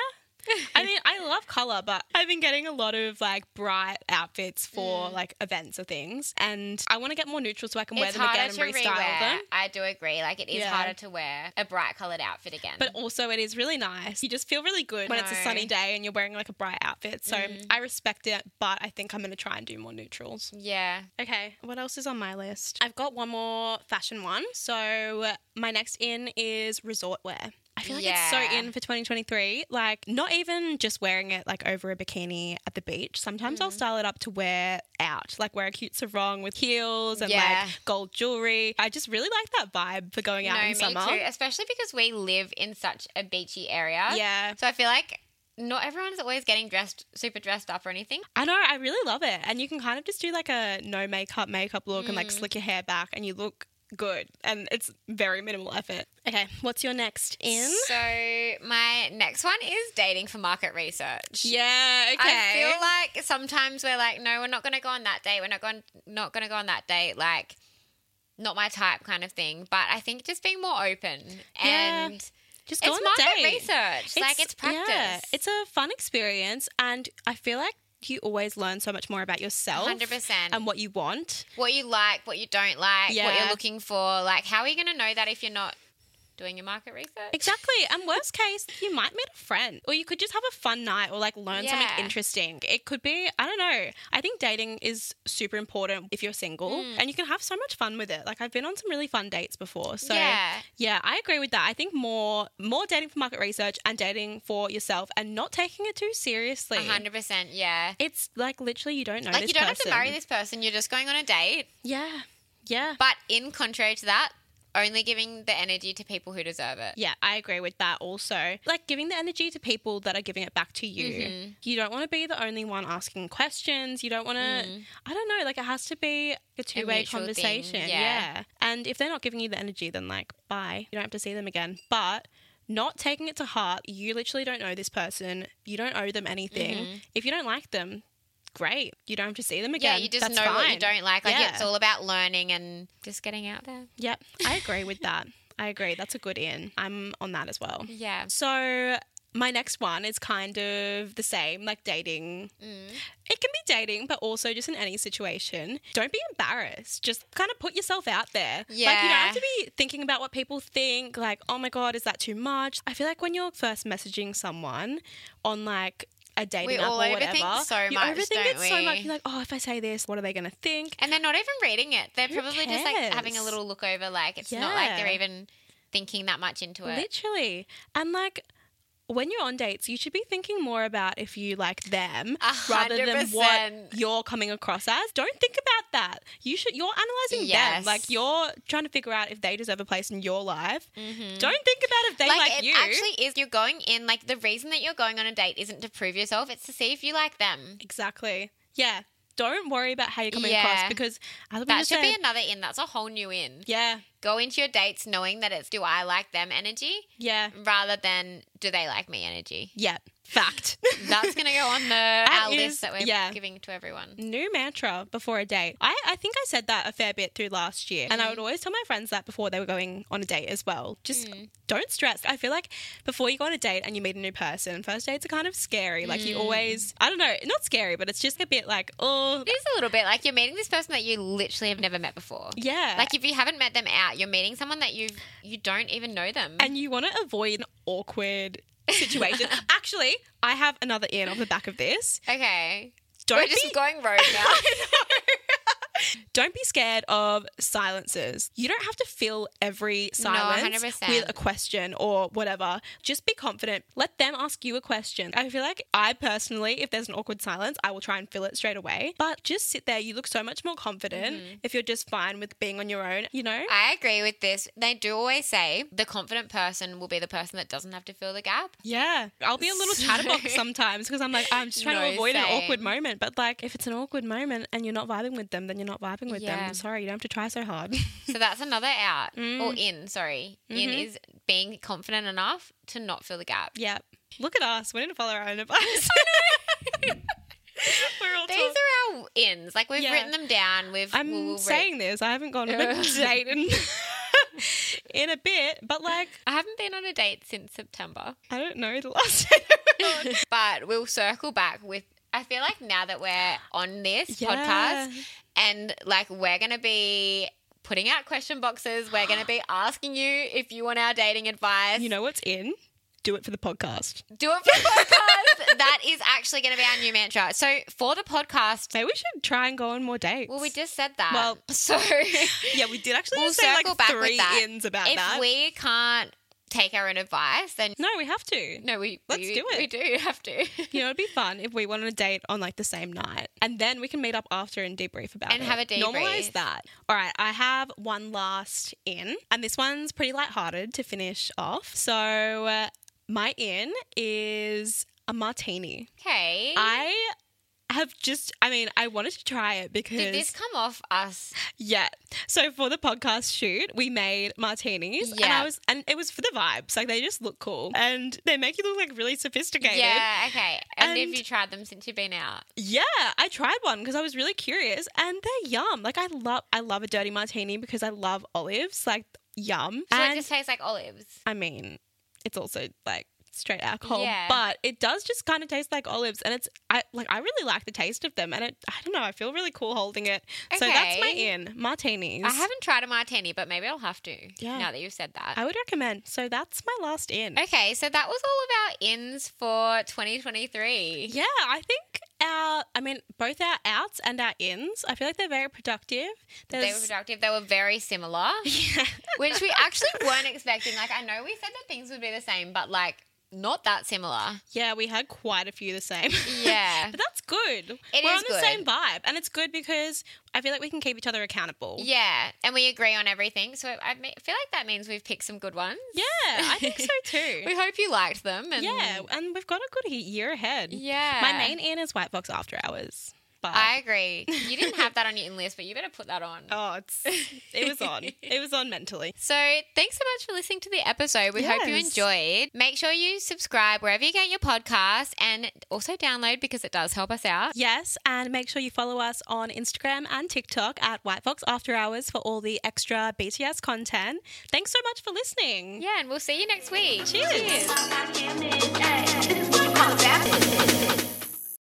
Speaker 1: I mean, I love color, but I've been getting a lot of like bright outfits for
Speaker 2: Mm.
Speaker 1: like events or things, and I want to get more neutral so I can wear
Speaker 2: It's
Speaker 1: them again
Speaker 2: harder
Speaker 1: and
Speaker 2: to
Speaker 1: restyle
Speaker 2: rewear.
Speaker 1: them.
Speaker 2: I do agree. Like it is
Speaker 1: Yeah.
Speaker 2: harder to wear a bright colored outfit again.
Speaker 1: But also, it is really nice. You just feel really good when it's a
Speaker 2: No.
Speaker 1: sunny day and you're wearing like a bright outfit. So I respect it, but I think I'm going to try and do more neutrals.
Speaker 2: yeah,
Speaker 1: Okay, what else is on my list? I've got one more fashion one. So my next in is resort wear. I feel like it's so
Speaker 2: Yeah.
Speaker 1: in for 2023. Like, not even just wearing it like over a bikini at the beach. Sometimes I'll style it up to wear out, like wear a cute sarong with heels and
Speaker 2: Yeah.
Speaker 1: like gold jewelry. I just really like that vibe for going out
Speaker 2: no,
Speaker 1: in
Speaker 2: me
Speaker 1: summer.
Speaker 2: too. Especially because we live in such a beachy area.
Speaker 1: Yeah.
Speaker 2: So I feel like not everyone's always getting dressed, super dressed up or anything.
Speaker 1: I know,
Speaker 2: Mm.
Speaker 1: I really love it. And you can kind of just do like a no makeup makeup look and like slick your hair back and you look good and it's very minimal effort. Okay, what's your next in?
Speaker 2: So my next one is dating for market research.
Speaker 1: Yeah, okay.
Speaker 2: I feel like sometimes we're like, no, we're not going to go on that date. We're not going, not going to go on that date. Like, not my type, kind of thing. But I think just being more open
Speaker 1: Yeah.
Speaker 2: and
Speaker 1: Just go
Speaker 2: it's
Speaker 1: on
Speaker 2: market
Speaker 1: a date.
Speaker 2: research. like it's practice.
Speaker 1: yeah, it's a fun experience and I feel like you always learn so much more about yourself
Speaker 2: 100%.
Speaker 1: and what you want.
Speaker 2: what you like, what you don't like, what
Speaker 1: Yeah.
Speaker 2: you're looking for. Like, how are you going to know that if you're not doing your market research?
Speaker 1: Exactly. And worst case, you might meet a friend or you could just have a fun night or like learn
Speaker 2: Yeah.
Speaker 1: something interesting. It could be, I don't know. I think dating is super important if you're single
Speaker 2: Mm.
Speaker 1: and you can have so much fun with it. Like I've been on some really fun dates before. So
Speaker 2: Yeah.
Speaker 1: yeah, I agree with that. I think more more dating for market research and dating for yourself and not taking it too seriously.
Speaker 2: hundred percent. Yeah.
Speaker 1: It's like literally you don't know
Speaker 2: Like
Speaker 1: this
Speaker 2: you don't
Speaker 1: person.
Speaker 2: have to marry this person. You're just going on a date.
Speaker 1: Yeah. Yeah.
Speaker 2: But in contrary to that, only giving the energy to people who deserve it.
Speaker 1: Yeah, I agree with that also. Like giving the energy to people that are giving it back to you.
Speaker 2: Mm-hmm.
Speaker 1: You don't want to be the only one asking questions. You don't want to, I don't know, like it has to be a two way
Speaker 2: Mm. mutual thing,
Speaker 1: conversation.
Speaker 2: yeah.
Speaker 1: yeah. And if they're not giving you the energy, then like, bye. You don't have to see them again. But not taking it to heart, you literally don't know this person. You don't owe them anything. If you don't like them, great. You don't have to see them
Speaker 2: Mm-hmm. Yeah,
Speaker 1: again.
Speaker 2: you just
Speaker 1: That's
Speaker 2: know what you
Speaker 1: fine.
Speaker 2: don't like. Like
Speaker 1: Yeah.
Speaker 2: it's all about learning and just getting out there.
Speaker 1: Yep, I agree with that. I agree. That's a good in. I'm on that as well.
Speaker 2: Yeah.
Speaker 1: So my next one is kind of the same, like dating.
Speaker 2: Mm.
Speaker 1: It can be dating, but also just in any situation. Don't be embarrassed. Just kind of put yourself out there. Like you don't
Speaker 2: Yeah.
Speaker 1: have to be thinking about what people think, like, oh my God, is that too much? I feel like when you're first messaging someone on like a dating app
Speaker 2: all
Speaker 1: or
Speaker 2: overthink
Speaker 1: whatever,
Speaker 2: so
Speaker 1: you
Speaker 2: much,
Speaker 1: overthink it
Speaker 2: don't
Speaker 1: so
Speaker 2: we?
Speaker 1: much. You're like, oh, if I say this, what are they going to think?
Speaker 2: And they're not even reading it. They're
Speaker 1: Who
Speaker 2: probably just like having a
Speaker 1: cares?
Speaker 2: little look over. Like it's not like they're
Speaker 1: Yeah.
Speaker 2: even thinking that much into it.
Speaker 1: Literally. And like when you're on dates, you should be thinking more about if you like them
Speaker 2: A
Speaker 1: rather than
Speaker 2: hundred
Speaker 1: what
Speaker 2: percent.
Speaker 1: you're coming across as. Don't think about that. You should you're analyzing
Speaker 2: Yes.
Speaker 1: them. Like you're trying to figure out if they deserve a place in your life. Don't think about if they like,
Speaker 2: Mm-hmm. it
Speaker 1: you.
Speaker 2: actually is. You're going in like the reason that you're going on a date isn't to prove yourself. It's to see if you like them.
Speaker 1: exactly. Yeah. Don't worry about how you're coming
Speaker 2: Yeah.
Speaker 1: across because as we
Speaker 2: That
Speaker 1: just
Speaker 2: should be
Speaker 1: said-
Speaker 2: another in. That's a whole new in.
Speaker 1: yeah,
Speaker 2: Go into your dates knowing that it's do I like them energy
Speaker 1: yeah,
Speaker 2: rather than do they like me energy.
Speaker 1: yeah. Fact.
Speaker 2: That's gonna go on the our
Speaker 1: is-
Speaker 2: list that we're
Speaker 1: yeah.
Speaker 2: giving to everyone.
Speaker 1: New mantra before a date. I, I think I said that a fair bit through last year. And I
Speaker 2: Mm-hmm.
Speaker 1: would always tell my friends that before they were going on a date as well. Just
Speaker 2: Mm.
Speaker 1: don't stress. I feel like before you go on a date and you meet a new person, first dates are kind of scary. Like
Speaker 2: Mm.
Speaker 1: you always, I don't know, not scary, but it's just a bit like, oh,
Speaker 2: It is a little bit like you're meeting this person that you literally have never met before.
Speaker 1: yeah.
Speaker 2: Like if you haven't met them out, you're meeting someone that you you don't even know them.
Speaker 1: and you want to avoid an awkward situation. Actually, I have another in off the back of this.
Speaker 2: okay,
Speaker 1: Don't
Speaker 2: we're just
Speaker 1: be
Speaker 2: going rogue now.
Speaker 1: Don't be scared of silences. You don't have to fill every silence
Speaker 2: 100%.
Speaker 1: with a question or whatever. Just be confident. Let them ask you a question. I feel like I personally, if there's an awkward silence, I will try and fill it straight away. But just sit there. You look so much more confident if you're just fine with being on your own, you know?
Speaker 2: Mm-hmm. I agree with this. They do always say the confident person will be the person that doesn't have to fill the gap.
Speaker 1: Yeah, I'll be a little
Speaker 2: So-
Speaker 1: chatterbox sometimes because I'm like, I'm just trying
Speaker 2: No,
Speaker 1: to avoid
Speaker 2: same.
Speaker 1: an awkward moment. But like, if it's an awkward moment and you're not vibing with them, then you're not vibing with
Speaker 2: Yeah.
Speaker 1: them. Sorry, you don't have to try so hard.
Speaker 2: So that's another out
Speaker 1: Mm.
Speaker 2: or in, sorry. In
Speaker 1: Mm-hmm.
Speaker 2: is being confident enough to not fill the gap.
Speaker 1: Yeah. Look at us. We didn't follow our own advice. We're all
Speaker 2: These
Speaker 1: talk-
Speaker 2: are our ins. Like we've
Speaker 1: Yeah.
Speaker 2: written them down. We've
Speaker 1: I'm
Speaker 2: we'll- we'll re-
Speaker 1: saying this. I haven't gone on a date in, in a bit, but like,
Speaker 2: I haven't been on a date since September.
Speaker 1: I don't know the last date I went on.
Speaker 2: but we'll circle back with I feel like now that we're on this
Speaker 1: Yeah.
Speaker 2: podcast and like we're gonna be putting out question boxes, we're gonna be asking you if you want our dating advice.
Speaker 1: You know what's in? Do it for the podcast.
Speaker 2: Do it for the podcast. that is actually going to be our new mantra. So for the podcast,
Speaker 1: Maybe we should try and go on more dates.
Speaker 2: well, we just said that.
Speaker 1: Well-
Speaker 2: so if
Speaker 1: Yeah, we did actually
Speaker 2: We'll
Speaker 1: just say
Speaker 2: circle
Speaker 1: like
Speaker 2: back with
Speaker 1: three
Speaker 2: that.
Speaker 1: ins about that.
Speaker 2: we can't take our own advice, then
Speaker 1: no, we have to.
Speaker 2: no, we
Speaker 1: Let's
Speaker 2: we,
Speaker 1: do it.
Speaker 2: We do have to.
Speaker 1: You know, it'd be fun if we went on a date on like the same night and then we can meet up after and debrief about
Speaker 2: And
Speaker 1: it.
Speaker 2: have a debrief.
Speaker 1: Normalize that. All right, I have one last in, and this one's pretty lighthearted to finish off. So, uh, my in is a martini.
Speaker 2: Eh. Okay.
Speaker 1: I have just, I mean, I wanted to try it because.
Speaker 2: Did this come off us?
Speaker 1: Yeah. So for the podcast shoot, we made martinis, and
Speaker 2: Yeah.
Speaker 1: I was, and it was for the vibes. Like they just look cool, and they make you look like really sophisticated.
Speaker 2: Yeah, okay. And, have
Speaker 1: And-
Speaker 2: you tried them since you've been out?
Speaker 1: Yeah, I tried one because I was really curious, and they're yum. Like I love, I love a dirty martini because I love olives. Like yum.
Speaker 2: So it
Speaker 1: and
Speaker 2: just tastes like olives.
Speaker 1: I mean, it's also like straight alcohol,
Speaker 2: Yeah.
Speaker 1: but it does just kind of taste like olives, and it's I like I really like the taste of them, and it I don't know, I feel really cool holding it. So that's my
Speaker 2: Okay.
Speaker 1: in martinis.
Speaker 2: I haven't tried a martini, but maybe I'll have to
Speaker 1: Yeah.
Speaker 2: now that you've said that.
Speaker 1: I would recommend. So that's my last in.
Speaker 2: Okay, so that was all of our ins for 2023.
Speaker 1: Yeah, I think our, I mean, both our outs and our ins, I feel like they're very productive.
Speaker 2: They were
Speaker 1: There's,
Speaker 2: productive. They were very similar,
Speaker 1: yeah.
Speaker 2: which we actually weren't expecting. Like, I know we said that things would be the same, but like, not that similar.
Speaker 1: yeah, we had quite a few the same.
Speaker 2: Yeah.
Speaker 1: But that's good.
Speaker 2: It
Speaker 1: We're
Speaker 2: is
Speaker 1: on the
Speaker 2: good.
Speaker 1: same vibe. And it's good because I feel like we can keep each other accountable.
Speaker 2: Yeah, and we agree on everything. So I me- feel like that means we've picked some good ones.
Speaker 1: Yeah, I think so too.
Speaker 2: We hope you liked them. And
Speaker 1: yeah, and we've got a good he- year ahead.
Speaker 2: Yeah.
Speaker 1: My main in is White Box After Hours. But
Speaker 2: I agree. You didn't have that on your in list, but you better put that on.
Speaker 1: oh, it's it was on. it was on mentally.
Speaker 2: So, thanks so much for listening to the episode. We hope you
Speaker 1: Yes.
Speaker 2: enjoyed. Make sure you subscribe wherever you get your podcast and also download because it does help us out.
Speaker 1: Yes, and make sure you follow us on Instagram and TikTok at White Fox After Hours for all the extra BTS content. Thanks so much for listening.
Speaker 2: Yeah, and we'll see you next week.
Speaker 1: Cheers.
Speaker 3: This is what you call rapping.